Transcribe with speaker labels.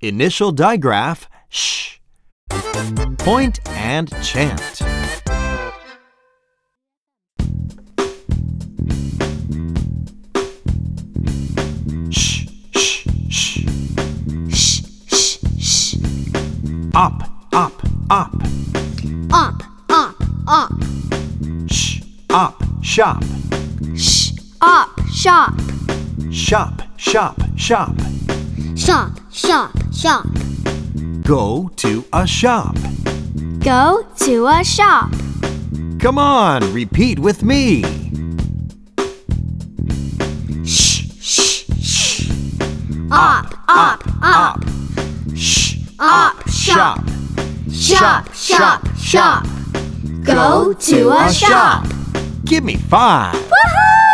Speaker 1: Initial digraph sh. Point and chant. Sh, sh, sh.
Speaker 2: Sh, sh, sh.
Speaker 1: Up, up, up.
Speaker 2: Up, up, up.
Speaker 1: Sh, up, shop.
Speaker 2: Sh, up, shop.
Speaker 1: Shop, shop, shop.
Speaker 2: Shop, shop, shop.
Speaker 1: Go to a shop.
Speaker 2: Go to a shop.
Speaker 1: Come on, repeat with me.
Speaker 2: Sh, sh, sh. Up, up, up.
Speaker 1: Sh,
Speaker 2: Up, shop. Shop, shop, shop. Go to a shop.
Speaker 1: Give me five.
Speaker 2: Woohoo!